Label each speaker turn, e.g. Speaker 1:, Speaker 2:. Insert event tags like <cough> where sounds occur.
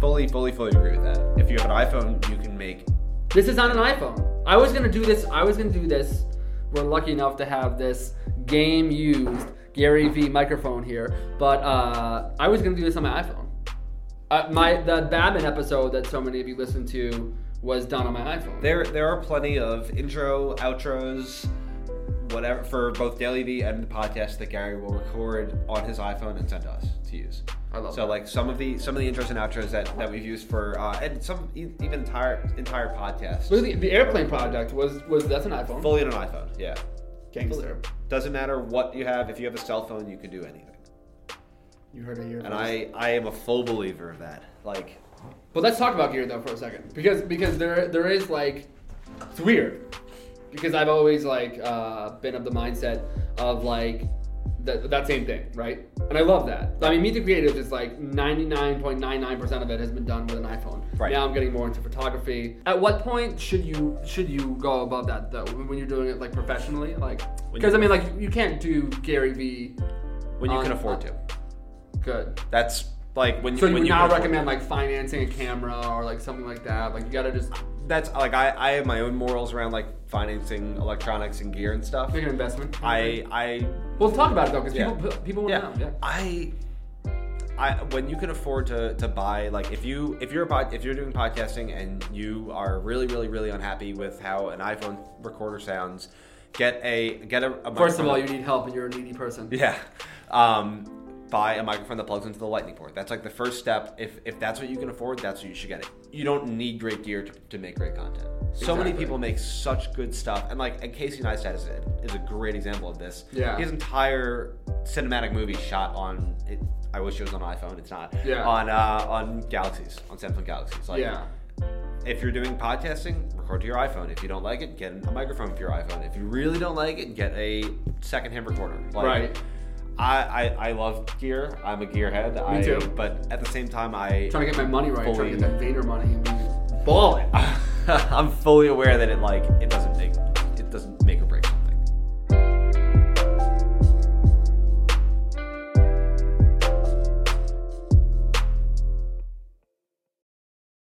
Speaker 1: fully, fully, fully agree with that. If you have an iPhone, you can make.
Speaker 2: This is on an iPhone. I was gonna do this. I was gonna do this. We're lucky enough to have this game used Gary V microphone here, but uh, I was gonna do this on my iPhone. Uh, my the Babin episode that so many of you listened to was done on my iPhone.
Speaker 1: There, there are plenty of intro, outros, whatever for both Daily V and the podcast that Gary will record on his iPhone and send to us to use.
Speaker 2: I love
Speaker 1: So
Speaker 2: that.
Speaker 1: like some of the some of the intros and outros that, that we've used for uh, and some e- even entire entire podcasts
Speaker 2: Look at the, the airplane project was was that's an iPhone.
Speaker 1: fully on an iPhone. Yeah,
Speaker 2: Gangster.
Speaker 1: doesn't matter what you have. If you have a cell phone, you can do anything.
Speaker 2: You heard it here.
Speaker 1: And
Speaker 2: first.
Speaker 1: I I am a full believer of that. Like
Speaker 2: But let's talk about gear though for a second, because because there there is like, it's weird, because I've always like uh, been of the mindset of like that that same thing, right? And I love that. I mean, Meet the Creative is like ninety nine point nine nine percent of it has been done with an iPhone.
Speaker 1: Right.
Speaker 2: Now I'm getting more into photography. At what point should you should you go above that though? When you're doing it like professionally, like
Speaker 1: When
Speaker 2: because
Speaker 1: you-
Speaker 2: I mean like you can't do Gary V.
Speaker 1: when you
Speaker 2: On-
Speaker 1: can afford to.
Speaker 2: Good.
Speaker 1: That's like when you
Speaker 2: So you
Speaker 1: when
Speaker 2: would
Speaker 1: can
Speaker 2: not
Speaker 1: afford
Speaker 2: recommend
Speaker 1: to.
Speaker 2: like financing a camera or like something like that. Like you gotta just
Speaker 1: that's like I, I have my own morals around like financing electronics and gear and stuff.
Speaker 2: Make an investment.
Speaker 1: I I
Speaker 2: We'll talk about it though, because
Speaker 1: Yeah.
Speaker 2: people people want to
Speaker 1: yeah,
Speaker 2: know. Yeah.
Speaker 1: I I when you can afford to to buy like if you if you're a pod, if you're doing podcasting and you are really really really unhappy with how an iPhone recorder sounds, get a get a, a
Speaker 2: First of
Speaker 1: microphone-
Speaker 2: all, you need help, and you're a needy person.
Speaker 1: <laughs> Yeah. Um, buy a microphone that plugs into the lightning port. That's like the first step. If if that's what you can afford, that's what you should get it. You don't need great gear to, to make great content. So many
Speaker 2: Exactly.
Speaker 1: people make such good stuff. And like and Casey Neistat is a, is a great example of this.
Speaker 2: Yeah.
Speaker 1: His entire cinematic movie shot on it, I wish it was on iPhone, it's not.
Speaker 2: Yeah.
Speaker 1: On uh, on Galaxies, on Samsung Galaxies. Like
Speaker 2: yeah.
Speaker 1: if you're doing podcasting, record to your iPhone. If you don't like it, get a microphone for your iPhone. If you really don't like it, get a secondhand recorder. Like,
Speaker 2: Right.
Speaker 1: I, I I love gear. I'm a gearhead.
Speaker 2: Me
Speaker 1: I,
Speaker 2: too.
Speaker 1: But at the same time, I
Speaker 2: trying to get my money right.
Speaker 1: Fully.
Speaker 2: Trying to get that Vayner money. and be Balling.
Speaker 1: <laughs> I'm fully aware that it like it doesn't make it doesn't make or